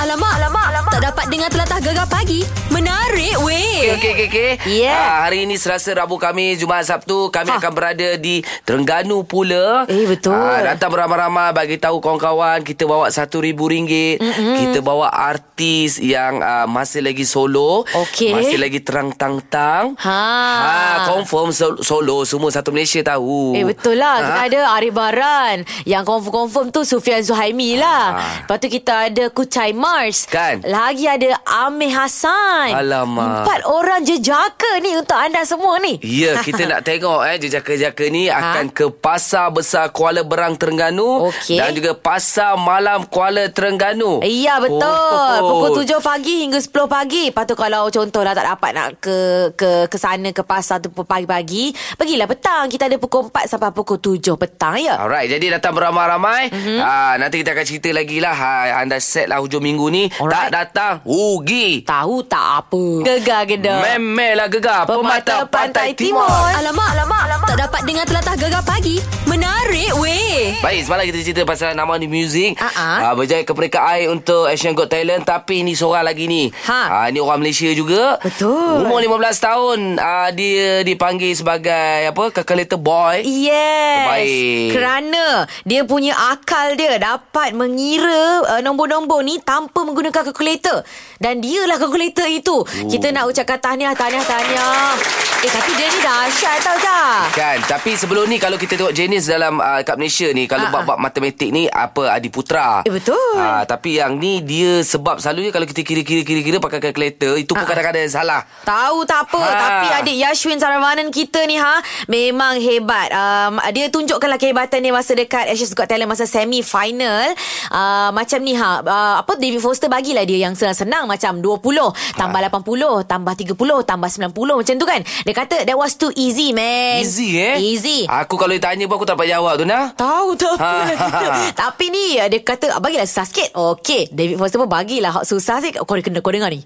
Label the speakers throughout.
Speaker 1: alamak, alamak, alamak. Tak dapat dengar telatah gegar pagi. Menarik weh.
Speaker 2: Okey, okey, okey. okey.
Speaker 1: Yeah.
Speaker 2: Ah, hari ini Selasa, Rabu kami, Jumaat, Sabtu. Kami
Speaker 1: Ha.
Speaker 2: ha. akan berada di Terengganu pula. Ah,
Speaker 1: Eh, betul.
Speaker 2: datang beramai-ramai bagi tahu kawan-kawan. Kita bawa RM1,000. Mm-hmm. Kita bawa artis yang ah, masih lagi solo.
Speaker 1: Okey.
Speaker 2: Masih lagi terang-tang-tang.
Speaker 1: Ha.
Speaker 2: ha confirm sol- solo. Semua satu Malaysia tahu.
Speaker 1: Eh betul lah Kita
Speaker 2: Ha.
Speaker 1: ada Arif Baran Yang confirm-confirm tu Sufian Zuhaimi lah
Speaker 2: Ah.
Speaker 1: Lepas tu kita ada Kucai Mars
Speaker 2: Kan?
Speaker 1: Lagi ada Amir Hassan
Speaker 2: Alamak.
Speaker 1: Empat orang jejaka ni Untuk anda semua ni
Speaker 2: Ya, kita nak tengok eh jejaka-jejaka ni
Speaker 1: Ha?
Speaker 2: akan ke Pasar Besar Kuala Berang Terengganu
Speaker 1: Okey.
Speaker 2: dan juga Pasar Malam Kuala Terengganu.
Speaker 1: Iya betul oh. Pukul 7 pagi hingga 10 pagi Lepas tu kalau contohlah tak dapat nak ke ke ke sana ke pasar tu pagi-pagi Pergilah petang Kita ada pukul 4 sampai pukul 7 petang ya
Speaker 2: Alright, jadi datang beramai-ramai.
Speaker 1: Mhm.
Speaker 2: Mm-hmm. nanti kita akan cerita lagi lah. Ha, anda set lah hujung minggu ni.
Speaker 1: Alright.
Speaker 2: Tak datang, rugi.
Speaker 1: Tahu tak apa Gegar gedah
Speaker 2: Memelah gegar Pemata, Pantai, Timur.
Speaker 1: Alamak, alamak, alamak Tak dapat dengar telatah gegar pagi Menarik weh
Speaker 2: Baik, semalam kita cerita pasal nama ni music.
Speaker 1: Ah, ah.
Speaker 2: Uh, berjaya ke peringkat I untuk Asian Got Talent. Tapi ni seorang lagi ni.
Speaker 1: Ha.
Speaker 2: Ah, ni orang Malaysia juga.
Speaker 1: Betul.
Speaker 2: Umur 15 tahun. ah, dia dipanggil sebagai apa calculator boy.
Speaker 1: Yes
Speaker 2: Terbaik.
Speaker 1: Kerana Dia punya akal dia Dapat mengira uh, Nombor-nombor ni Tanpa menggunakan kalkulator Dan dialah kalkulator itu Kita
Speaker 2: Oh.
Speaker 1: nak ucapkan tahniah Tahniah Tahniah Eh tapi dia ni dahsyat tau tak
Speaker 2: Kan Tapi sebelum ni Kalau kita tengok Jenis dalam uh, Kat Malaysia ni Kalau
Speaker 1: Ah,
Speaker 2: bab-bab matematik ni Apa Adi Putra
Speaker 1: Eh, betul.
Speaker 2: Ah, Tapi yang ni Dia sebab selalunya Kalau kita kira-kira-kira Pakai kalkulator Itu pun kadang-kadang salah
Speaker 1: Tahu tak apa ha.
Speaker 2: Ha.
Speaker 1: Tapi adik Yashwin Saravanan kita ni ha Memang hebat um, Dia tunjukkanlah kehebatan dia Masa dekat Asia's Got Talent Masa semi final uh, Macam ni ha uh, Apa David Foster bagilah dia Yang senang-senang Macam 20 Tambah
Speaker 2: Ha.
Speaker 1: 80 Tambah 30 Tambah 90 Macam tu kan Dia kata That was too easy man
Speaker 2: Easy eh
Speaker 1: Easy
Speaker 2: Aku kalau ditanya pun Aku tak dapat jawab tu nah
Speaker 1: Tahu tak apa
Speaker 2: Ha,
Speaker 1: lah kita.
Speaker 2: ha, ha.
Speaker 1: Tapi ni dia kata bagilah susah sikit. Okey, David Foster pun bagilah hak susah sikit. Kau kena kau dengar ni.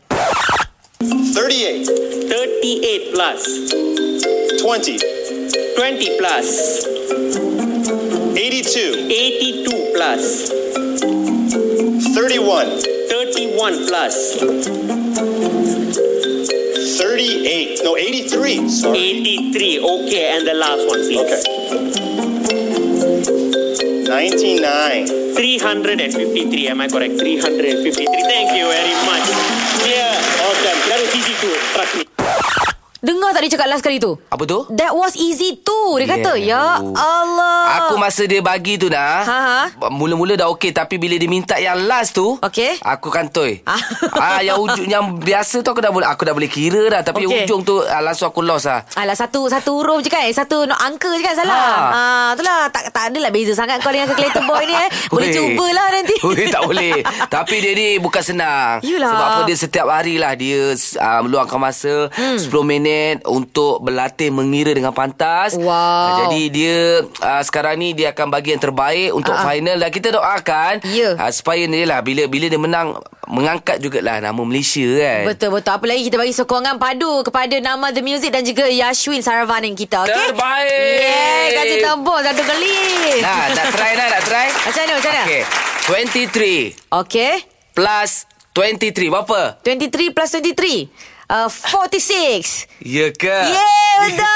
Speaker 3: 38,
Speaker 4: 38 plus
Speaker 3: 20,
Speaker 4: 20 plus
Speaker 3: 82,
Speaker 4: 82 plus
Speaker 3: 31,
Speaker 4: 31 plus
Speaker 3: 38, no, 83, sorry.
Speaker 4: 83 okay and the last one please
Speaker 3: Okay. 99.
Speaker 4: 353 am i correct 353 thank you very much yeah awesome that was easy to trust me
Speaker 1: Dengar tak dia cakap last kali tu?
Speaker 2: Apa tu?
Speaker 1: That was easy too Dia yeah.
Speaker 2: Yeah.
Speaker 1: kata Ya Allah
Speaker 2: Aku masa dia bagi tu dah
Speaker 1: Ha, ha.
Speaker 2: Mula-mula dah okey Tapi bila dia minta yang last tu
Speaker 1: Okey.
Speaker 2: Aku kantoi
Speaker 1: Ah.
Speaker 2: ah, Yang ujung Yang biasa tu aku dah boleh Aku dah boleh kira dah Tapi
Speaker 1: Okey.
Speaker 2: okay. ujung tu ah, Langsung aku lost lah
Speaker 1: Alah satu satu huruf je kan Satu no, angka je kan salah
Speaker 2: Ha.
Speaker 1: ha. Ah, Itulah tak, tak adalah beza sangat Kau dengan calculator boy ni eh Boleh
Speaker 2: Weh.
Speaker 1: cubalah nanti
Speaker 2: Weh, tak boleh Tapi dia ni bukan senang
Speaker 1: Yelah.
Speaker 2: Sebab apa dia setiap hari lah Dia uh, meluangkan masa hmm. 10 minit Untuk berlatih mengira dengan pantas
Speaker 1: Wow.
Speaker 2: Ah, Jadi dia uh, Sekarang ni dia akan bagi yang terbaik Untuk
Speaker 1: Ah, ah.
Speaker 2: uh-huh. final Dan kita doakan
Speaker 1: Ya.
Speaker 2: ah, Supaya ni lah Bila bila dia menang Mengangkat jugalah Nama Malaysia kan
Speaker 1: Betul-betul Apa lagi kita bagi sokongan padu Kepada Nama The Music Dan juga Yashwin Saravanan kita okay?
Speaker 2: Terbaik.
Speaker 1: Yeah Kasih tembok Satu kali
Speaker 2: Nah, nak try nak, nak try
Speaker 1: Macam mana macam mana
Speaker 2: Okay 23
Speaker 1: okay.
Speaker 2: Plus 23 Berapa?
Speaker 1: 23 plus 23 uh, 46
Speaker 2: Ya ke?
Speaker 1: Yeay, betul.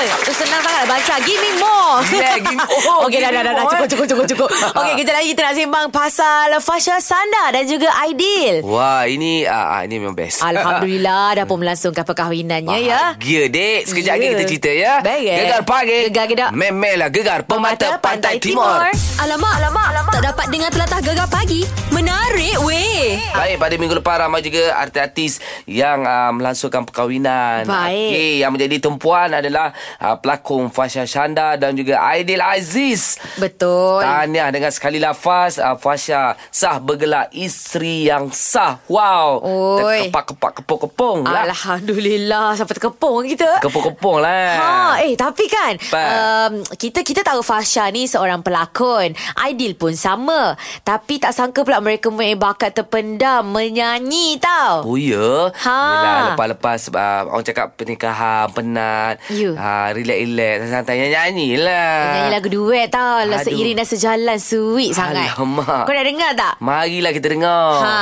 Speaker 1: Tu senang sangat baca. Give me more.
Speaker 2: Yeah, give me- oh,
Speaker 1: Okey, dah,
Speaker 2: give
Speaker 1: dah, dah,
Speaker 2: me
Speaker 1: dah.
Speaker 2: more,
Speaker 1: Cukup,
Speaker 2: eh.
Speaker 1: cukup, cukup, cukup. Okey, kita lagi kita nak sembang pasal Fasha Sanda dan juga Aidil.
Speaker 2: Wah, ini ah, ah, ini memang best.
Speaker 1: Alhamdulillah dah pun melangsungkan perkahwinannya ya.
Speaker 2: Bahagia, dek. Sekejap lagi
Speaker 1: Ya.
Speaker 2: kita cerita, ya.
Speaker 1: Baik, eh?
Speaker 2: Gegar pagi.
Speaker 1: Gegar gedak.
Speaker 2: Memelah gegar pemata, pantai, timur.
Speaker 1: Alamak, alamak, alamak. Tak dapat dengar telatah gegar pagi. Menarik weh.
Speaker 2: Baik, pada minggu lepas ramai juga artis-artis yang uh, melangsungkan perkahwinan.
Speaker 1: Baik.
Speaker 2: Okey, yang menjadi tumpuan adalah uh, pelakon Fasha Shanda dan juga Aidil Aziz.
Speaker 1: Betul.
Speaker 2: Tahniah dengan sekali lafaz uh, Fasha sah bergelar isteri yang sah. Wow.
Speaker 1: Oi.
Speaker 2: Terkepak-kepak kepung-kepung lah.
Speaker 1: Alhamdulillah sampai terkepung kita.
Speaker 2: Kepung-kepung lah.
Speaker 1: Ha, eh tapi kan
Speaker 2: Apa?
Speaker 1: um, kita kita tahu Fasha ni seorang pelakon. Aidil pun sama. Tapi tak sangka pula mereka mempunyai bakat terpen, anda menyanyi tau.
Speaker 2: Oh ya
Speaker 1: Ha.
Speaker 2: Yelah lepas-lepas uh, Orang cakap pernikahan Penat
Speaker 1: You.
Speaker 2: ha, Relax-relax Santai nyanyi lah
Speaker 1: Ya. Nyanyi lagu duet tau. Aduh.
Speaker 2: Aduh.
Speaker 1: Seiring dan sejalan sweet sangat.
Speaker 2: Alamak. Oh.
Speaker 1: Kau dah dengar tak?
Speaker 2: Marilah kita dengar
Speaker 1: Ha.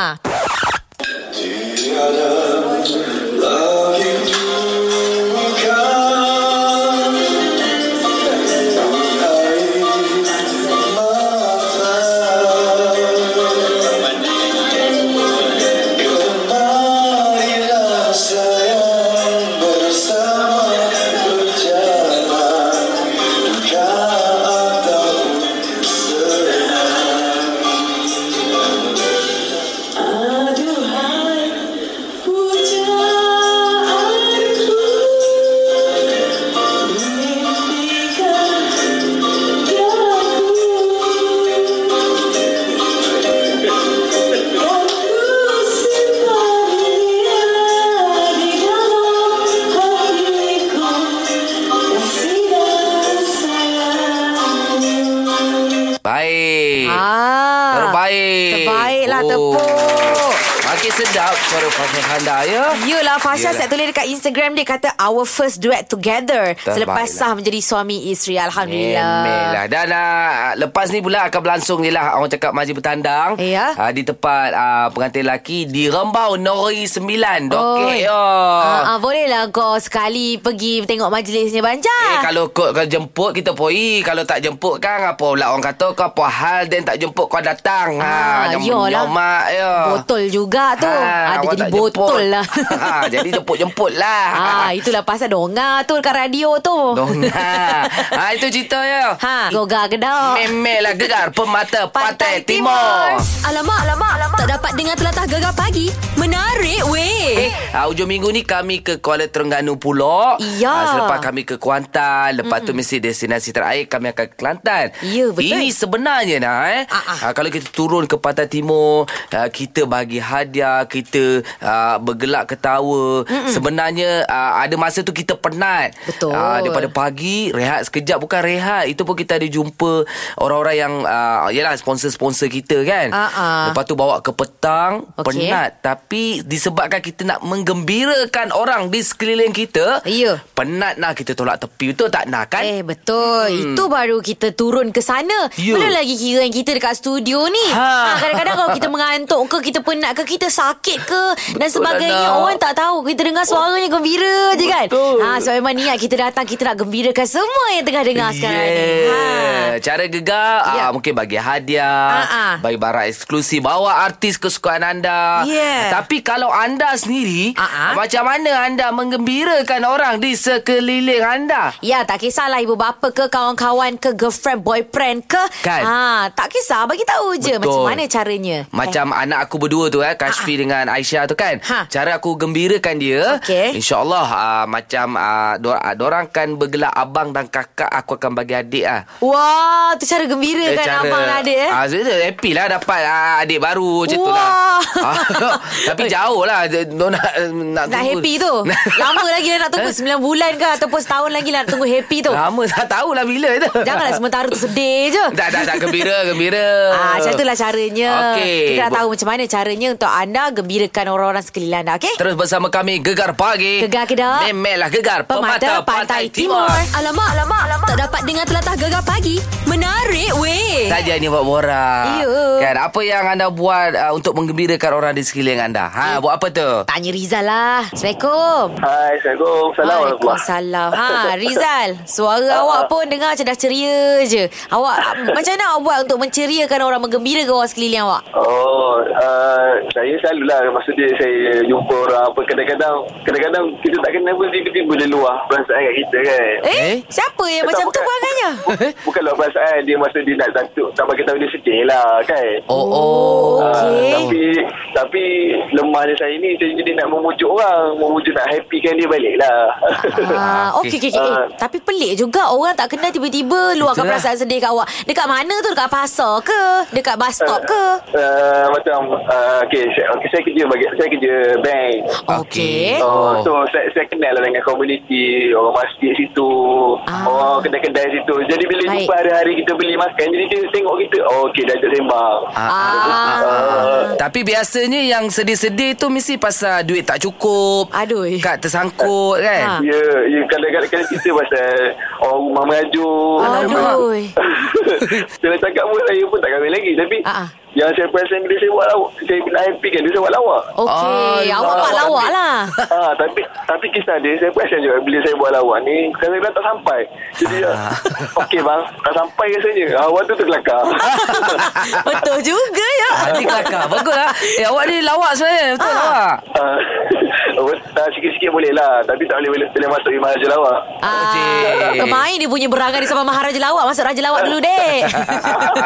Speaker 5: Aduhai pujaanku, mimpikan Aku simpan dia di dalam hatiku, kasih dan sayangku.
Speaker 2: Baik
Speaker 1: Ah.
Speaker 2: Terbaik Oh.
Speaker 1: Terbaiklah, tepuk.
Speaker 2: Makin sedap Suara Fasha Khanda ya
Speaker 1: Yelah Fasha
Speaker 2: Yelah.
Speaker 1: set tulis dekat Instagram dia kata our first duet together
Speaker 2: Terbaiklah.
Speaker 1: selepas sah menjadi suami isteri alhamdulillah.
Speaker 2: Memelah. Dan uh, lepas ni pula akan berlangsung ni lah orang cakap majlis bertandang
Speaker 1: Ya.
Speaker 2: uh, di tempat uh, pengantin lelaki di Rembau Nori 9 dokek
Speaker 1: Oi.
Speaker 2: ya. yo.
Speaker 1: Ah, ah, bolehlah kau sekali pergi tengok majlisnya Banjar.
Speaker 2: Eh, kalau kau, kau jemput kita poi kalau tak jemput kan apa pula orang kata kau apa hal dan tak jemput kau datang Ha,
Speaker 1: Ah,
Speaker 2: nyom-
Speaker 1: yolah.
Speaker 2: nyomak yo
Speaker 1: Botol juga tu. Ha, Ada
Speaker 2: ya. Ah. awak
Speaker 1: jadi
Speaker 2: tak
Speaker 1: botol
Speaker 2: jemput.
Speaker 1: lah.
Speaker 2: ha, jadi jemput-jemput lah
Speaker 1: Ah, itulah pasal donga tu kat radio tu.
Speaker 2: Dona ha, itu cerita ya
Speaker 1: Ha, goga gedak.
Speaker 2: memelah gegar pemata pantai, timur.
Speaker 6: Alamak, alamak, alamak. Tak dapat dengar telatah gegar pagi. Menarik, weh.
Speaker 2: Uh, hujung minggu ni kami ke Kuala Terengganu pula.
Speaker 1: Ya.
Speaker 2: Ah, selepas kami ke Kuantan, lepas tu mesti destinasi terakhir kami akan ke Kelantan.
Speaker 1: Ya, betul.
Speaker 2: Ini sebenarnya nah eh.
Speaker 1: Ah, ah.
Speaker 2: Ah, kalau kita turun ke Pantai Timur, ah, kita bagi hadiah, kita ah, bergelak ketawa. Sebenarnya ah, ada masa tu kita penat.
Speaker 1: Betul.
Speaker 2: Ah, daripada pagi rehat sekejap bukan rehat, itu pun kita ada jumpa orang-orang yang ah, yalah sponsor-sponsor kita kan.
Speaker 1: Ah, ah.
Speaker 2: Lepas tu bawa ke petang,
Speaker 1: Okey.
Speaker 2: penat tapi disebabkan kita nak menggembirakan orang di sekeliling kita
Speaker 1: Ya.
Speaker 2: Penat nah kita tolak tepi Betul tak nak kan?
Speaker 1: Eh betul hmm. Itu baru kita turun ke sana
Speaker 2: Ya.
Speaker 1: Belum lagi kira yang kita dekat studio ni
Speaker 2: Ha.
Speaker 1: ha. Kadang-kadang kalau kita mengantuk ke Kita penat ke Kita sakit ke Dan
Speaker 2: Betul,
Speaker 1: sebagainya
Speaker 2: Nana.
Speaker 1: Orang tak tahu Kita dengar suaranya gembira je kan
Speaker 2: Betul.
Speaker 1: ha, So memang niat kita datang Kita nak gembirakan semua yang tengah dengar sekarang ni ha.
Speaker 2: Yeah. Cara gegar
Speaker 1: Ya.
Speaker 2: yeah. Mungkin bagi hadiah
Speaker 1: Ah, ah.
Speaker 2: Bagi barang eksklusif Bawa artis kesukaan anda
Speaker 1: Yeah.
Speaker 2: Tapi kalau anda sendiri
Speaker 1: Ah, ah.
Speaker 2: Macam mana anda menggembirakan orang Di sekeliling anda?
Speaker 1: Ya tak kisahlah ibu bapa ke Kawan-kawan ke Girlfriend boyfriend ke
Speaker 2: Kan.
Speaker 1: ha, Tak kisah bagi tahu je
Speaker 2: Betul.
Speaker 1: Macam mana caranya
Speaker 2: Macam eh. anak aku berdua tu eh Kashfi dengan Aisyah tu kan
Speaker 1: Ha.
Speaker 2: Cara aku gembirakan dia
Speaker 1: Okey.
Speaker 2: InsyaAllah uh, Macam uh, dor- uh, Dorang kan bergelak abang dan kakak Aku akan bagi adik lah
Speaker 1: Eh, Wah tu cara gembira kan Abang dan adik eh
Speaker 2: Ah, so, so, happy lah dapat ah, adik baru macam tu lah.
Speaker 1: Wah.
Speaker 2: Ah, tapi jauh lah. Dia nak, nak,
Speaker 1: Nak
Speaker 2: tunggu.
Speaker 1: happy tu Lama lagi lah nak tunggu 9 bulan ke Ataupun setahun lagi lah nak tunggu happy tu
Speaker 2: Lama tak tahulah bila tu.
Speaker 1: Janganlah sementara tu sedih je
Speaker 2: Tak, tak, tak. Gembira, gembira.
Speaker 1: Ah, macam itulah caranya
Speaker 2: Okey.
Speaker 1: Kita nak tahu macam mana caranya Untuk anda gembirakan orang-orang sekeliling anda Okay?
Speaker 2: Terus bersama kami Gegar Pagi.
Speaker 1: Gegar Kedah.
Speaker 2: Memelah Gegar Pemata, Pantai, Timur.
Speaker 6: Alamak, alamak, alamak. Tak dapat dengar telatah gegar pagi. Menarik,
Speaker 1: Eh.
Speaker 6: weh.
Speaker 2: Saja ni buat borak.
Speaker 1: Ya.
Speaker 2: Kan apa yang anda buat uh, untuk menggembirakan orang di sekeliling anda?
Speaker 1: Eh.
Speaker 2: Ha, buat apa tu?
Speaker 1: Tanya Rizal lah Assalamualaikum
Speaker 7: Hai, Assalamualaikum. Salam warahmatullahi
Speaker 1: Waalaikumsalam Ha Rizal Suara awak pun dengar macam dah ceria je Awak Macam mana awak buat untuk menceriakan orang Menggembirakan orang sekeliling awak
Speaker 7: Oh, uh, saya selalulah masa dia saya jumpa orang apa kadang-kadang kadang-kadang kita tak kenal pun tiba-tiba dia luah perasaan kat kita kan.
Speaker 2: Eh?
Speaker 1: Eh? Siapa yang
Speaker 7: Tak,
Speaker 1: macam tu
Speaker 7: bukan.
Speaker 1: perangannya?
Speaker 2: Ah,
Speaker 7: Bukan luah perasaan dia masa dia nak takut tak bagi tahu dia sedih lah kan. Ah,
Speaker 2: Oh, oh.
Speaker 1: Oh, okey.
Speaker 7: tapi tapi lemahnya saya ni saya jadi nak memujuk orang, memujuk nak happykan dia balik lah.
Speaker 1: Ah,
Speaker 2: Ah, lah.
Speaker 1: okey
Speaker 2: okey.
Speaker 1: okey okey. Eh,
Speaker 7: Ah.
Speaker 1: tapi pelik juga orang tak kenal tiba-tiba luahkan
Speaker 2: Itulah.
Speaker 1: perasaan sedih kat awak. Dekat mana tu? Dekat pasar ke? Dekat bus stop ke?
Speaker 2: Ah.
Speaker 7: Uh, macam uh, okay, saya, okay, saya kerja bagi saya kerja bank.
Speaker 2: Ah.
Speaker 1: Okey.
Speaker 7: Oh, so saya, saya kenal lah dengan komuniti orang masjid situ,
Speaker 1: Ah.
Speaker 7: orang kedai-kedai situ. Jadi bila
Speaker 1: Baik.
Speaker 7: jumpa hari-hari kita beli makan, jadi dia tengok kita, oh okey dah ajak sembang.
Speaker 2: Ah, ah, ah, ah. Tapi biasa biasanya yang sedih-sedih tu mesti pasal duit tak cukup.
Speaker 1: Aduh. eh.
Speaker 2: Kad tersangkut
Speaker 1: Ha.
Speaker 2: kan.
Speaker 7: Ya, ya kadang-kadang kita pasal orang rumah merajuk.
Speaker 1: Aduh.
Speaker 7: saya nak cakap pun saya pun tak kahwin lagi tapi
Speaker 1: Ah, ah.
Speaker 7: yang saya perasan bila saya buat lawak, saya nak happy kan dia saya buat lawak.
Speaker 1: Okey,
Speaker 2: Ah,
Speaker 1: awak buat
Speaker 2: lawak
Speaker 1: lawak
Speaker 2: ni.
Speaker 1: lah.
Speaker 7: ah, tapi tapi kisah dia saya perasan juga bila saya buat lawak ni kadang-kadang tak sampai. Jadi
Speaker 2: Ah.
Speaker 7: ah. okey bang, tak sampai rasanya. Awak tu terkelakar.
Speaker 1: Betul juga ya.
Speaker 2: Hati kelakar. Bagus lah. Eh, awak ni lawak sebenarnya. Betul
Speaker 1: Ha.
Speaker 2: lawak.
Speaker 7: ah, tak sikit-sikit boleh lah tapi tak boleh boleh masuk imam je lawak.
Speaker 1: Ah,
Speaker 2: Okey.
Speaker 1: kemain dia punya berangan di sama Maharaja Lawak. Masuk Raja Lawak dulu, dek.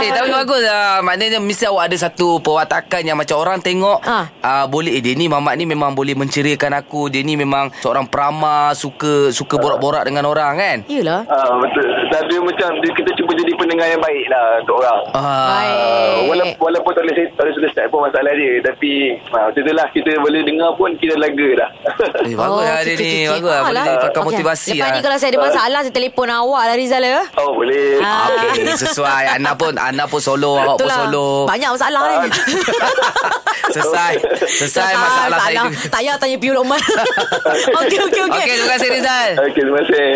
Speaker 2: Eh tapi bagus lah Maknanya mesti awak ada satu Perwatakan yang macam orang tengok
Speaker 1: Ah.
Speaker 2: ah. Boleh eh dia ni mamat ni memang boleh menceriakan aku Dia ni memang seorang peramah Suka suka borak-borak dengan orang kan
Speaker 1: Yelah.
Speaker 7: Ah, betul. Dan dia macam dia, kita cuba jadi pendengar yang baik lah untuk orang.
Speaker 2: ah.
Speaker 7: Uh,
Speaker 1: Baik.
Speaker 7: walaupun, walaupun tak boleh saya- tak boleh selesai pun masalah dia Tapi ha, Macam tu lah Kita boleh dengar pun Kita lega dah
Speaker 2: Eh, bagus lah dia
Speaker 1: okey,
Speaker 2: ni
Speaker 1: okey, okey.
Speaker 2: Bagus lah Boleh
Speaker 1: Alah.
Speaker 2: pakar
Speaker 1: Okey.
Speaker 2: motivasi
Speaker 1: Lepas
Speaker 2: lah
Speaker 1: ni kalau saya ada masalah, saya telefon awak lah, Rizal. Ya?
Speaker 7: Oh boleh
Speaker 1: Ah,
Speaker 2: Okey sesuai Ana pun Ana pun solo Awak pun
Speaker 1: Itulah.
Speaker 2: solo
Speaker 1: Banyak masalah ni.
Speaker 2: Selesai Selesai masalah saya
Speaker 1: salah.
Speaker 2: juga
Speaker 1: Tak payah tanya Piu Lokman. okey, okey, okey.
Speaker 2: Okey terima kasih Rizal
Speaker 7: Okay terima kasih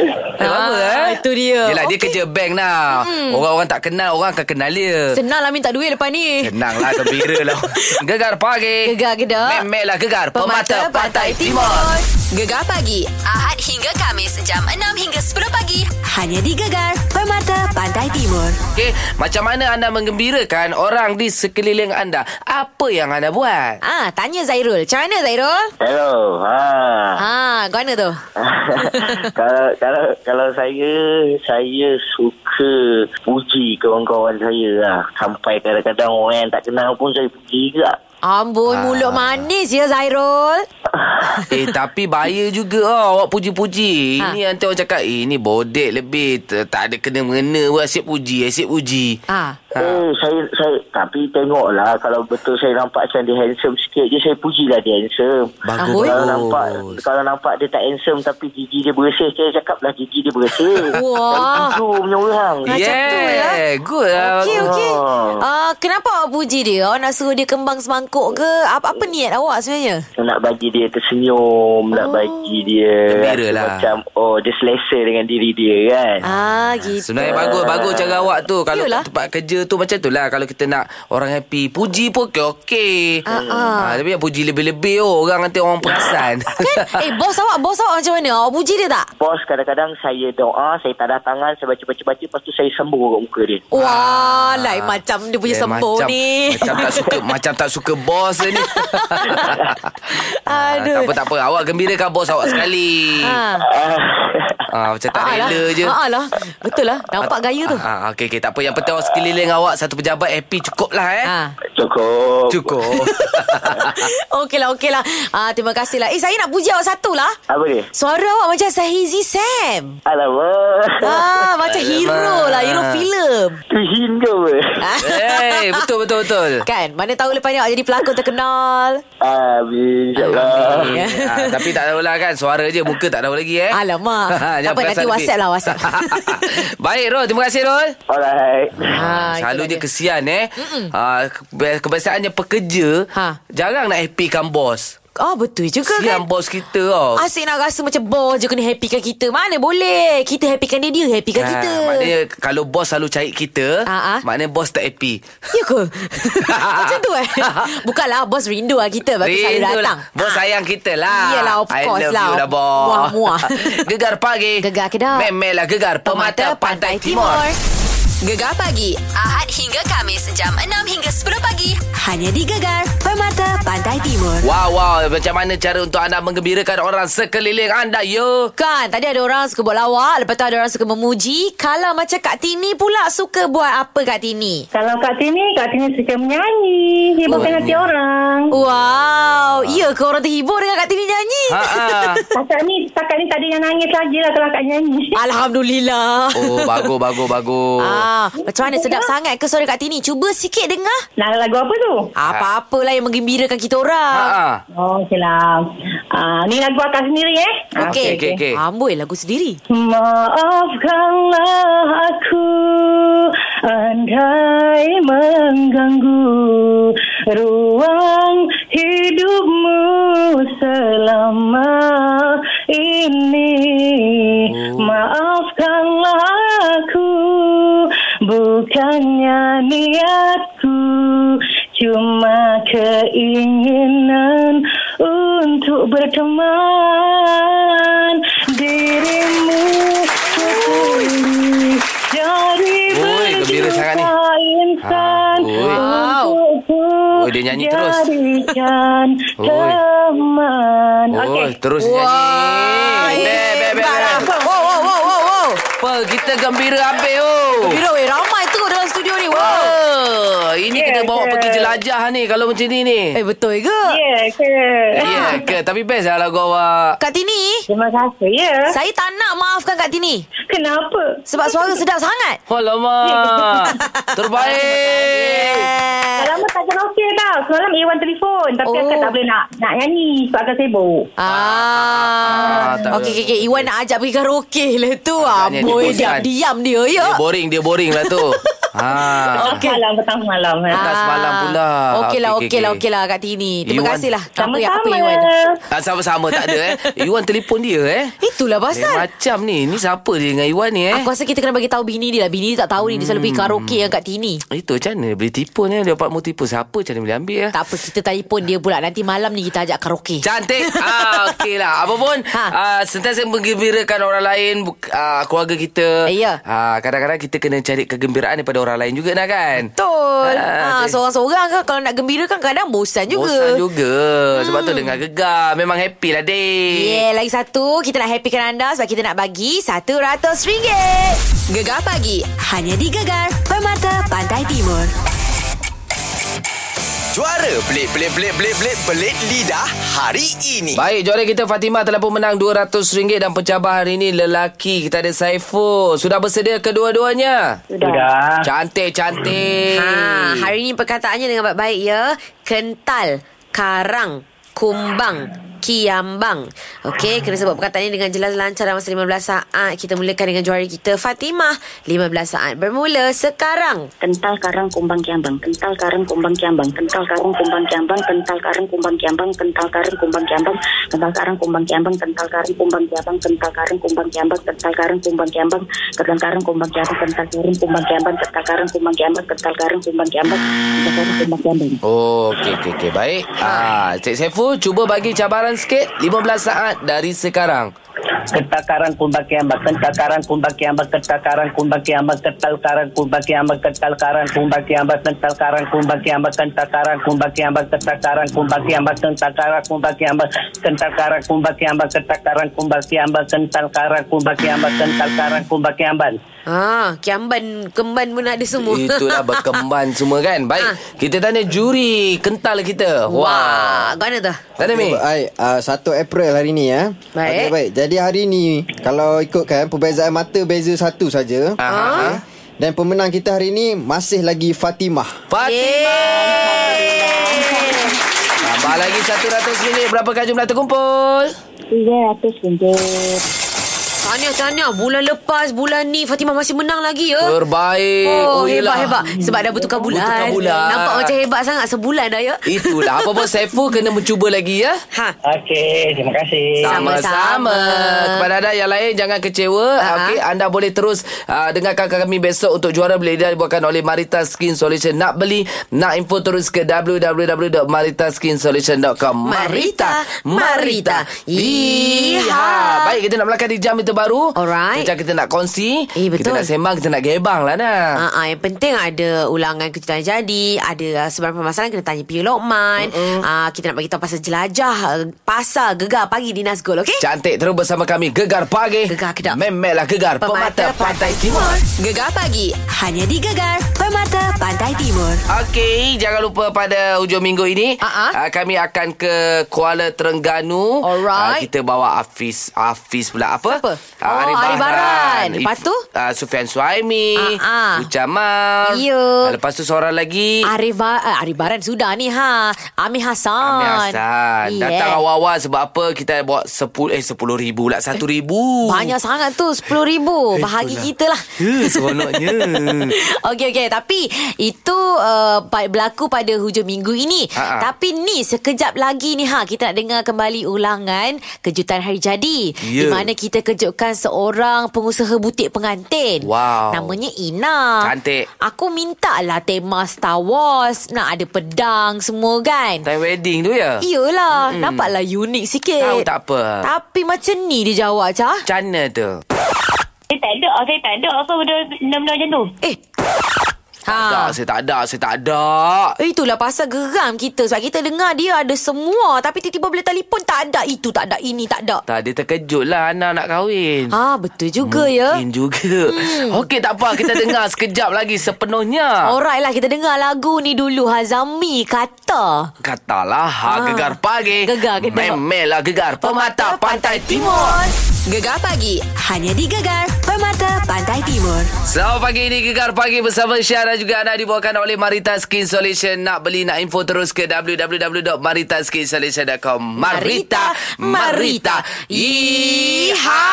Speaker 2: Eh, bagus,
Speaker 1: Ah,
Speaker 2: eh?
Speaker 1: itu dia.
Speaker 2: Yelah
Speaker 1: Okey.
Speaker 2: dia
Speaker 1: Hmm.
Speaker 2: kerja bank lah Orang-orang tak kenal Orang akan kenal dia
Speaker 1: Senang lah minta duit lepas ni.
Speaker 2: Tenang lah Gembira lah Gegar pagi
Speaker 1: Gegar Gedak.
Speaker 2: Memek lah gegar Pemata, Pantai Timur
Speaker 6: Gegar pagi Ahad hingga Kamis Jam 6 hingga 10 pagi Hanya di Gegar Permata Pantai Timur
Speaker 2: Okey, macam mana anda menggembirakan orang di sekeliling anda? Apa yang anda buat?
Speaker 1: Ah, tanya Zairul. Macam mana Zairul?
Speaker 8: Hello. Ha.
Speaker 1: Ah, kau mana tu?
Speaker 8: kalau kalau kalau saya saya suka puji kawan-kawan saya lah. Sampai kadang-kadang orang yang tak kenal pun saya puji juga.
Speaker 2: Ah.
Speaker 1: Amboi, mulut manis ya Zairul.
Speaker 2: eh, tapi bahaya juga oh, awak puji-puji.
Speaker 1: Ha.
Speaker 2: Ini nanti orang cakap, eh, ni bodek lebih. T- Tak ada kena-mengena pun asyik puji, asyik puji.
Speaker 1: Ah.
Speaker 8: Ha. Eh, saya saya tapi tengoklah kalau betul saya nampak macam dia handsome sikit je saya pujilah dia handsome.
Speaker 2: Bagus.
Speaker 1: Amboi.
Speaker 8: Kalau nampak kalau nampak dia tak handsome tapi gigi dia bersih saya cakaplah gigi dia bersih.
Speaker 1: Wah.
Speaker 8: Itu punya orang.
Speaker 2: Ya,
Speaker 1: Macam tu,
Speaker 2: yeah, good lah.
Speaker 1: Okey, okey.
Speaker 8: Oh.
Speaker 1: Ah, kenapa awak puji dia? Awak nak suruh dia kembang semangkuk ke? Apa, apa niat awak sebenarnya?
Speaker 8: nak bagi dia tersenyum, oh. nak bagi dia
Speaker 2: Gembira
Speaker 8: rasa
Speaker 2: lah.
Speaker 8: macam oh dia selesa dengan diri dia kan.
Speaker 1: Ah, gitu.
Speaker 2: Sebenarnya bagus Bagus cara awak tu Kalau
Speaker 1: Yelah.
Speaker 2: Yalah. tempat kerja tu Macam tu lah Kalau kita nak Orang happy Puji pun okey okay.
Speaker 1: Ah, ah.
Speaker 2: Tapi yang puji lebih-lebih oh, Orang nanti orang perasan
Speaker 1: Kan? Eh, bos awak, bos awak macam mana? Awak puji dia tak?
Speaker 8: Bos kadang-kadang saya doa, saya tanda tangan, saya baca-baca-baca lepas tu saya sembur kat muka dia.
Speaker 1: Wah, lain macam dia punya
Speaker 2: Ah, Eh,
Speaker 1: sembuh
Speaker 2: macam,
Speaker 1: ni.
Speaker 2: Macam tak suka Macam tak suka bos dia ni Ah,
Speaker 1: Aduh.
Speaker 2: Tak apa tak apa Awak gembirakan bos awak sekali
Speaker 1: Ah.
Speaker 2: ah, Macam tak
Speaker 1: Ah lah.
Speaker 2: rela je
Speaker 1: Ah lah. Betul lah. Nampak gaya tu.
Speaker 2: ah, ah, Okey okey tak apa Yang penting awak sekeliling awak Satu pejabat happy Cukup lah eh
Speaker 1: Ah.
Speaker 7: Cukup
Speaker 2: Cukup
Speaker 1: Okey lah, okey lah. Ah, terima kasih lah. Eh, saya nak puji awak satu lah.
Speaker 8: Apa dia?
Speaker 1: Suara awak macam Sahizi Sam.
Speaker 8: Alamak.
Speaker 1: Ah,
Speaker 2: Oh.
Speaker 1: macam hero lah. Hero filem.
Speaker 8: Tu hin ke apa?
Speaker 1: Ah.
Speaker 2: hey, Eh, Betul betul betul
Speaker 1: Kan? Mana tahu lepas ni awak jadi pelakon terkenal.
Speaker 8: Ah, insyaAllah.
Speaker 2: Ya. Ah, tapi tak tahulah kan Suara je Muka tak tahu lagi eh
Speaker 1: Alamak. Tak
Speaker 2: Jangan
Speaker 1: apa,
Speaker 2: perasan
Speaker 1: nanti
Speaker 2: lebih.
Speaker 1: WhatsApp lah, WhatsApp.
Speaker 2: Baik Rol Terima kasih Rol
Speaker 8: Alright.
Speaker 1: Ah,
Speaker 2: Selalu
Speaker 1: itulah
Speaker 2: je kesian eh ah, kebe- Kebiasaannya pekerja
Speaker 1: Ha.
Speaker 2: Jarang nak happykan bos
Speaker 1: Ah, betul juga kan?
Speaker 2: Kesian bos kita oh.
Speaker 1: Asyik nak rasa macam bos je kena happykan kita. Mana boleh. Kita happykan dia, dia happykan kita.
Speaker 2: Ya, Ah, Maknanya kalau bos selalu cari kita
Speaker 1: Ah, ah.
Speaker 2: Maknanya bos tak happy
Speaker 1: Ya ke? Macam tu eh? Bukanlah bos rindu lah kita Lepas tu selalu
Speaker 2: Rindu
Speaker 1: datang.
Speaker 2: lah. Bos
Speaker 1: Ah.
Speaker 2: sayang kita lah
Speaker 1: Iyalah, of
Speaker 2: I
Speaker 1: course
Speaker 2: love
Speaker 1: lah.
Speaker 2: you lah bos
Speaker 1: Muah-muah.
Speaker 2: Gegar pagi
Speaker 1: Gegar kedap.
Speaker 2: Memelah gegar Pemata, Pantai, Timur.
Speaker 6: Gegar pagi Ahad hingga Kamis Jam 6 hingga 10 pagi Hanya di Gegar Permata Pantai Timur
Speaker 2: Wow, wow. Macam mana cara untuk anda menggembirakan orang sekeliling anda, yo?
Speaker 1: Kan Tadi ada orang suka buat lawak Lepas tu ada orang suka memuji Kalau macam Kak Tini pula Suka buat apa Kak Tini?
Speaker 9: Kalau Kak Tini, Kak Tini suka menyanyi. Hiburkan
Speaker 2: Oh,
Speaker 9: hati orang.
Speaker 1: Wow Ya ke orang terhibur dengan Kak Tini nyanyi?
Speaker 2: Ha, ha.
Speaker 9: Setakat ni, setakat ni tak ada yang nangis lagi lah kalau Kak nyanyi.
Speaker 1: Alhamdulillah
Speaker 2: Oh, bagus, bagus, bagus.
Speaker 1: Ah, Macam mana sedap sangat ke suara Kak Tini? Cuba sikit dengar
Speaker 9: Nak lagu apa tu?
Speaker 1: Apa-apalah yang menggembirakan kita
Speaker 2: Ha,
Speaker 1: orang
Speaker 2: ha.
Speaker 9: Oh, okey lah. Ah, ni lagu akak sendiri eh. Ah,
Speaker 2: Okey, okey, okey.
Speaker 1: Amboi lagu sendiri
Speaker 9: Maafkanlah aku Andai mengganggu ruang hidupmu selama ini Maafkanlah aku Bukannya niatku Cuma keinginan untuk berteman Dirimu terpilih dari
Speaker 2: Oi, gembira sangat ni.
Speaker 9: berjuta insan
Speaker 2: Ah, oi.
Speaker 1: Wow.
Speaker 9: Untukku
Speaker 2: Oi, dia nyanyi terus.
Speaker 9: jadikan
Speaker 2: Oi.
Speaker 9: teman Okey.
Speaker 2: Oh, terus nyanyi. Be, be, be,
Speaker 1: hebat
Speaker 2: be.
Speaker 1: lah. Wow, wow, wow, wow, wow.
Speaker 2: Apa? Kita gembira habis, oh.
Speaker 1: Biro, eh, ramai tu dalam studio ni. Wow.
Speaker 2: Oh, ini
Speaker 9: Ya
Speaker 2: kita bawa
Speaker 9: ke?
Speaker 2: pergi jelajah ni kalau macam ni ni.
Speaker 1: Eh, betul ke?
Speaker 9: Ya ke?
Speaker 2: Ya ke? Tapi best lah lagu awak.
Speaker 1: Kak Tini,
Speaker 9: Terima kasih ya.
Speaker 1: saya tak nak maafkan Kak Tini.
Speaker 9: Kenapa?
Speaker 1: Sebab suara sedap sangat.
Speaker 2: Alamak. Terbaik.
Speaker 1: Eh.
Speaker 9: Lama tak karaoke tau. Semalam Iwan telefon tapi
Speaker 1: Oh.
Speaker 9: oh. akak tak boleh nak nak nyanyi sebab akak sibuk.
Speaker 1: Ah,
Speaker 2: Ah, tak
Speaker 1: okey
Speaker 2: boleh.
Speaker 1: okey okey. Iwan nak ajak pergi karaoke lah tu. Ah,
Speaker 2: Agaknya
Speaker 1: boy
Speaker 2: dia
Speaker 1: dia
Speaker 2: bosan.
Speaker 1: diam dia ya.
Speaker 2: Dia boring, dia boring lah tu. ha.
Speaker 9: Okay. Malam petang malam. eh.
Speaker 2: Ah. Tak semalam pula.
Speaker 1: Okey lah,
Speaker 2: Okey, okey,
Speaker 1: okey lah,
Speaker 2: okey.
Speaker 1: okey lah Kak Tini. Terima
Speaker 2: Iwan-
Speaker 1: kasih lah. Apa yang apa
Speaker 9: Sama-sama.
Speaker 1: Iwan?
Speaker 2: Ah, sama-sama tak ada eh. Iwan telefon dia eh.
Speaker 1: Itulah
Speaker 2: Dia
Speaker 1: pasal.
Speaker 2: macam ni. Ni siapa dia dengan Iwan ni eh? Hmm.
Speaker 1: Aku rasa kita kena bagi tahu bini dia lah. Bini dia tak tahu ni dia selalu pergi karaoke yang Kak Tini.
Speaker 2: Itu macam mana boleh tipu ni? Dia dapat mau tipu siapa macam mana boleh ambil eh?
Speaker 1: Tak apa kita telefon dia pula nanti malam ni kita ajak karaoke.
Speaker 2: Cantik ah, Okey lah Apa pun
Speaker 1: Ha.
Speaker 2: ha. ah, Sentiasa menggembirakan orang lain buk- ah, Keluarga kita
Speaker 1: Eh, ya.
Speaker 2: ah, Kadang-kadang kita kena cari kegembiraan Daripada orang lain juga nak kan
Speaker 1: Betul.
Speaker 2: Ah,
Speaker 1: Ha,
Speaker 2: jadi-
Speaker 1: seorang-seorang kan kalau nak gembira kan kadang bosan juga. Hmm.
Speaker 2: Bosan juga Sebab tu dengar gegar Memang happy lah dek
Speaker 1: Yeah, lagi satu kita nak happykan anda sebab kita nak bagi RM100.
Speaker 6: Gegar pagi. Hanya di Gegar Permata Pantai Timur.
Speaker 10: Juara pelik pelik pelik pelik pelik pelik lidah hari ini.
Speaker 2: Baik, juara kita Fatimah telah pun menang RM200 dan pencabar hari ini lelaki. Kita ada Saiful. Sudah bersedia kedua-duanya?
Speaker 9: Sudah.
Speaker 2: Cantik-cantik.
Speaker 1: Ha, hari ni perkataannya dengan baik-baik ya. Kental, karang, kumbang, kiambang. Okey, kena sebut perkataan ini dengan jelas lancar dalam masa 15 saat. Kita mulakan dengan juara kita Fatimah. 15 saat bermula sekarang.
Speaker 11: Kental karang kumbang kiambang, kental karang kumbang kiambang, kental karang kumbang kiambang, kental karang kumbang kiambang, kental karang kumbang kiambang, kental karang kumbang kiambang, kental karang kumbang kiambang, kental karang kumbang kiambang, kental karang kumbang kiambang, kental karang kumbang kiambang, kental karang kumbang kiambang, kental karang kumbang kiambang, kental karang kumbang kiambang, kental karang kumbang kiambang.
Speaker 2: Oh, okey, okey, okey. Baik.
Speaker 1: Ha.
Speaker 2: Ah, Cik Saiful, cuba bagi cabaran sikit. 15 saat dari sekarang.
Speaker 8: Ketakaran kumbang kiambang, ketakaran kumbang kiambang, ketakaran kumbang kiambang, ketakaran kumbang kiambang, ketakaran kumbang kiambang, ketakaran kumbang kiambang, ketakaran kumbang kiambang, ketakaran kumbang kiambang, ketakaran kumbang kiambang, ketakaran kumbang kiambang, ketakaran kumbang kiambang, ketakaran kumbang kiambang, ketakaran kumbang kiambang.
Speaker 1: Ha, kiamban, kemban pun ada semua.
Speaker 2: Itulah berkemban semua kan.
Speaker 1: Ah.
Speaker 2: Baik. Kita tanya juri kental kita.
Speaker 1: Wah,
Speaker 2: Wah.
Speaker 1: kau mana tu?
Speaker 2: Tanya Mi.
Speaker 11: Hai, uh, 1 April hari ni ya.
Speaker 1: Baik.
Speaker 11: Okey, baik. Jadi hari ni kalau ikutkan perbezaan mata beza satu saja.
Speaker 2: Aha.
Speaker 11: Okey. Dan pemenang kita hari ni masih lagi Fatimah.
Speaker 2: Fatimah. Tambah lagi RM100. Berapakah jumlah terkumpul?
Speaker 11: RM300.
Speaker 1: Tahniah, tahniah. Bulan lepas, bulan ni Fatimah masih menang lagi ya.
Speaker 2: Terbaik.
Speaker 1: Oh,
Speaker 2: yelah.
Speaker 1: hebat, hebat. Sebab dah bertukar bulan.
Speaker 2: Bertukar bulan.
Speaker 1: Nampak macam hebat sangat sebulan dah ya.
Speaker 2: Itulah. Apa pun Saiful kena mencuba lagi ya.
Speaker 1: Ha.
Speaker 8: Okey, terima kasih.
Speaker 1: Sama-sama.
Speaker 2: Sama-sama. Kepada anda yang lain jangan kecewa.
Speaker 1: Ha.
Speaker 2: uh Okey, anda boleh terus uh, dengarkan kami besok untuk juara beli lidah dibawakan oleh Marita Skin Solution. Nak beli, nak info terus ke www.maritaskinsolution.com.
Speaker 1: Marita, Marita. Yeeha.
Speaker 2: Iha. Baik, kita nak melangkah di jam itu baru.
Speaker 1: Alright.
Speaker 2: Macam kita nak kongsi,
Speaker 1: Eh, betul.
Speaker 2: kita nak sembang, kita nak gebang lah nah.
Speaker 1: Ha, ha, yang penting ada ulangan kita tak jadi Ada uh, sebarang permasalahan Kena tanya P.U. Lokman uh, Kita nak bagi tahu pasal jelajah uh, Pasar gegar pagi di Nasgol Okay?
Speaker 2: Cantik terus bersama kami Gegar Pagi
Speaker 1: Gegar Kedap.
Speaker 2: Memelah Gegar Pemata,
Speaker 1: Pemata Pantai
Speaker 2: Pantai Timur
Speaker 6: Gegar pagi. Hanya di Gegar Permata Pantai Timur.
Speaker 2: Okey, jangan lupa pada hujung minggu ini
Speaker 1: Ah, ah.
Speaker 2: uh, kami akan ke Kuala Terengganu.
Speaker 1: Alright.
Speaker 2: Ah, kita bawa Hafiz Hafiz pula apa?
Speaker 1: Siapa?
Speaker 2: Oh, Arif,
Speaker 1: Arif Baran. Lepas
Speaker 2: tu? Uh, Sufian Suhaimi.
Speaker 1: Ah, ah.
Speaker 2: Uh-huh. Ucamal.
Speaker 1: Ya.
Speaker 2: lepas tu seorang lagi.
Speaker 1: Arif, ba- eh, Arif Baran sudah ni ha. Amir Hassan.
Speaker 2: Amir Hassan.
Speaker 1: Yeah.
Speaker 2: Datang awal-awal sebab apa kita buat 10 eh 10 ribu lah 1 ribu.
Speaker 1: Banyak sangat tu RM10,000
Speaker 2: Eh,
Speaker 1: Bahagi
Speaker 2: Itulah.
Speaker 1: kita lah
Speaker 2: Ya, seronoknya.
Speaker 1: Okey okey Tapi Itu uh, pa- Berlaku pada hujung minggu ini
Speaker 2: Ha, ha.
Speaker 1: Tapi ni Sekejap lagi ni ha Kita nak dengar kembali ulangan Kejutan Hari Jadi Di
Speaker 2: Ya.
Speaker 1: mana kita kejutkan Seorang pengusaha butik pengantin
Speaker 2: Wow.
Speaker 1: Namanya Ina
Speaker 2: Cantik.
Speaker 1: Aku minta lah tema Star Wars Nak ada pedang semua kan
Speaker 2: Time wedding tu ya?
Speaker 1: Iyalah mm. Nampaklah unik sikit
Speaker 2: Tahu tak apa.
Speaker 1: Tapi macam ni dia jawab Cah
Speaker 2: Macam mana tu?
Speaker 9: Saya tak ada ah, Saya tak ada Apa benda-benda macam tu
Speaker 1: Eh
Speaker 2: Tak,
Speaker 1: Ha. Eh,
Speaker 2: saya tak ada, saya tak ada.
Speaker 1: Itulah pasal geram kita Sebab kita dengar dia ada semua Tapi tiba-tiba bila telefon Tak ada itu, tak ada ini, tak ada
Speaker 2: Tak, dia terkejut lah Ana nak kahwin.
Speaker 1: Ah Betul juga ya
Speaker 2: Mungkin juga. Hmm. Okey, tak apa. Kita dengar sekejap lagi sepenuhnya.
Speaker 1: Alright lah kita dengar lagu ni dulu Hazami kata
Speaker 2: Katalah, ha,
Speaker 1: Ah.
Speaker 2: gegar pagi.
Speaker 1: Gegar Kedah.
Speaker 2: Memelah gegar pemata pantai timur.
Speaker 6: Gegar pagi hanya di Gegar Permata Pantai Timur.
Speaker 2: Selamat pagi ini Gegar Pagi bersama Syah dan juga Ana dibawakan oleh Marita Skin Solution. Nak beli, nak info terus ke www.maritaskinsolution.com. Marita,
Speaker 1: Marita.
Speaker 2: Marita. Iha.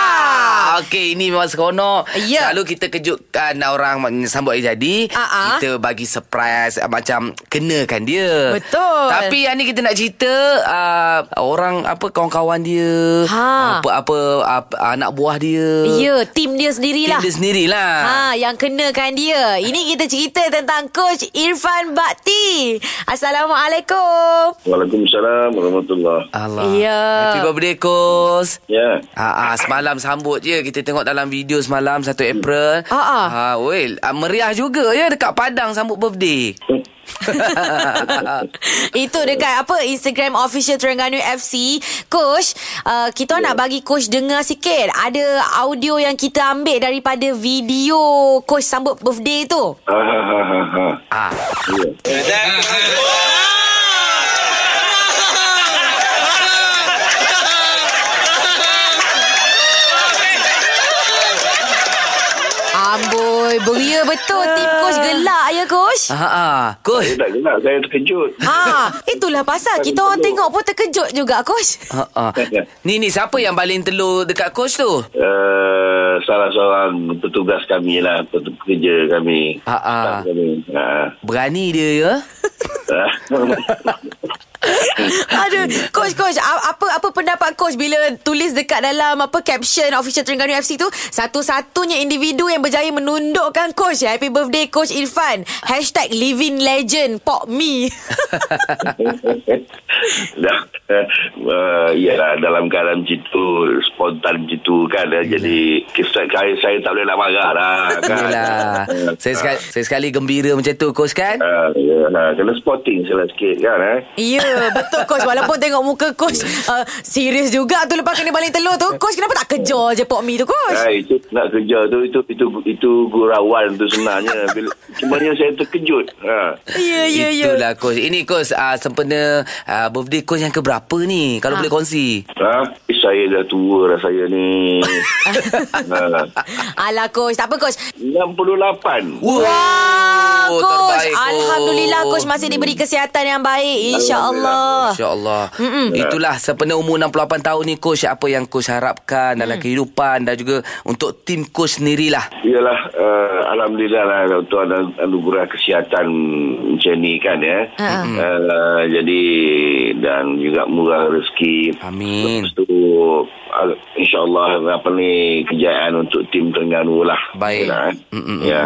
Speaker 2: Okey, ini memang seronok.
Speaker 1: Ya.
Speaker 2: Selalu kita kejutkan orang sambut hari jadi.
Speaker 1: Ah, ah.
Speaker 2: Kita bagi surprise ah, macam kenakan dia.
Speaker 1: Betul.
Speaker 2: Tapi yang ni kita nak cerita uh, orang apa kawan-kawan dia,
Speaker 1: Ha.
Speaker 2: apa-apa apa, anak buah dia.
Speaker 1: Ya tim dia sendirilah
Speaker 2: Tim dia sendirilah.
Speaker 1: Ha, yang kenakan dia. Ini kita cerita tentang Coach Irfan Bakti. Assalamualaikum.
Speaker 7: Waalaikumsalam warahmatullahi
Speaker 2: Allah.
Speaker 1: Ya.
Speaker 2: Happy birthday, Kos.
Speaker 7: Ya.
Speaker 2: Ah, ah, semalam sambut je Kita tengok dalam video semalam 1 April
Speaker 1: Ah, ah.
Speaker 2: ah well, ah, Meriah juga ya Dekat Padang sambut birthday
Speaker 1: Itu dekat apa Instagram official Terengganu FC Coach uh, Kita yeah. nak bagi Coach dengar sikit Ada audio yang kita ambil Daripada video Coach sambut birthday tu
Speaker 7: Ha ha ha ha. ha.
Speaker 2: ah.
Speaker 7: Ya.
Speaker 1: Amboi Beria betul Tim Coach gelak ya Coach
Speaker 2: Ah, ah.
Speaker 7: Saya
Speaker 2: Kos
Speaker 7: tak gelak, saya terkejut.
Speaker 1: Ha, itulah pasal kita orang tengok pun terkejut juga coach.
Speaker 2: ah, ah. Ni ni siapa yang baling telur Dekat Kos tu
Speaker 7: Uh, salah seorang petugas kami lah, pekerja kami.
Speaker 2: Ah, ah.
Speaker 7: Staff Kami. Ah.
Speaker 2: Berani dia ya
Speaker 7: Ah.
Speaker 1: Aduh, coach coach a- apa apa pendapat coach bila tulis dekat dalam apa caption official Terengganu FC tu satu-satunya individu yang berjaya menundukkan coach ya. Happy birthday coach Irfan. Hashtag #living legend pop me.
Speaker 7: Dah, uh, iyalah dalam keadaan situ spontan situ kan eh, jadi kisah saya saya tak boleh nak marah lah kan.
Speaker 2: Yelah saya, sekali, saya sekali gembira macam tu Kos kan
Speaker 7: Ah, ya, ah, kena sporting salah sikit kan eh.
Speaker 1: Ya, yeah, betul coach. Walaupun tengok muka coach uh, serius juga tu lepas kena balik telur tu. Coach kenapa tak kejar je pop me tu coach?
Speaker 7: Ah, itu nak kerja tu itu itu itu gurauan tu sebenarnya. Bila, cuma saya terkejut. Ha.
Speaker 1: Ya, ya, ya.
Speaker 2: Itulah Kos Ini Kos ah, Sempena ah, Birthday Kos yang keberapa ni Kalau
Speaker 1: Ah.
Speaker 2: boleh kongsi
Speaker 7: ha. Saya dah tua lah saya ni. ha.
Speaker 1: Alah coach, tak apa coach.
Speaker 7: 68.
Speaker 1: Wah,
Speaker 2: Oh,
Speaker 1: coach.
Speaker 2: terbaik,
Speaker 1: Alhamdulillah coach masih diberi kesihatan yang baik insya-Allah.
Speaker 2: InsyaAllah Ya. Itulah sepenuh umur 68 tahun ni Coach Apa yang Coach harapkan Dalam
Speaker 1: Mm.
Speaker 2: kehidupan Dan juga Untuk tim Coach sendirilah
Speaker 7: Iyalah uh, alhamdulillah lah tuan anugerah kesihatan macam ni kan ya.
Speaker 1: Ha.
Speaker 7: Uh, jadi dan juga murah rezeki.
Speaker 2: Amin
Speaker 7: Lepas tu al- insyaallah apa ni kejayaan untuk tim Terengganu lah.
Speaker 2: Baik.
Speaker 7: Yalah, eh.
Speaker 2: Mm-mm.
Speaker 7: Ya.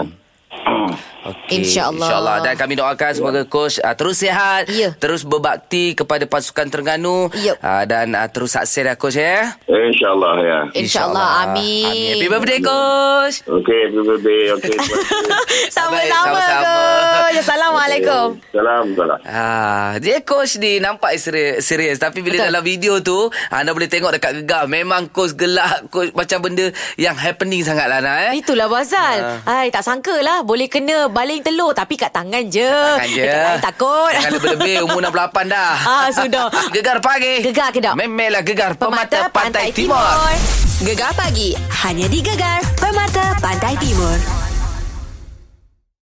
Speaker 2: okay.
Speaker 1: InsyaAllah.
Speaker 2: InsyaAllah Dan kami doakan Semoga Coach uh, Terus sihat
Speaker 1: Ya.
Speaker 2: Terus berbakti Kepada pasukan Terengganu
Speaker 1: Yup.
Speaker 2: uh, Dan uh, terus sukses lah Coach ya
Speaker 7: Insyaallah ya.
Speaker 1: InsyaAllah Amin
Speaker 2: Amin Happy birthday Coach
Speaker 7: Okey, happy birthday. Okey. terima kasih.
Speaker 1: Sama-sama
Speaker 2: Sama-sama.
Speaker 1: coach. Ya, Assalamualaikum
Speaker 7: Salam, salam.
Speaker 2: Ah, dia coach ni nampak serius, serius tapi bila Betul. dalam video tu ah, anda boleh tengok dekat gegar memang coach gelak coach macam benda yang happening sangatlah nah eh.
Speaker 1: Itulah Bazal Hai, Tak sangka lah Boleh kena baling telur Tapi kat tangan je
Speaker 2: Makan je.
Speaker 1: Dekat tangan takut
Speaker 2: Jangan lebih-lebih umur 68 dah.
Speaker 1: Ah, sudah.
Speaker 2: Gegar pagi.
Speaker 1: Gegar Kedah.
Speaker 2: Memelah gegar pemata, pantai, timur. timur.
Speaker 1: Gegar pagi. Hanya di Gegar Permata Pantai Timur.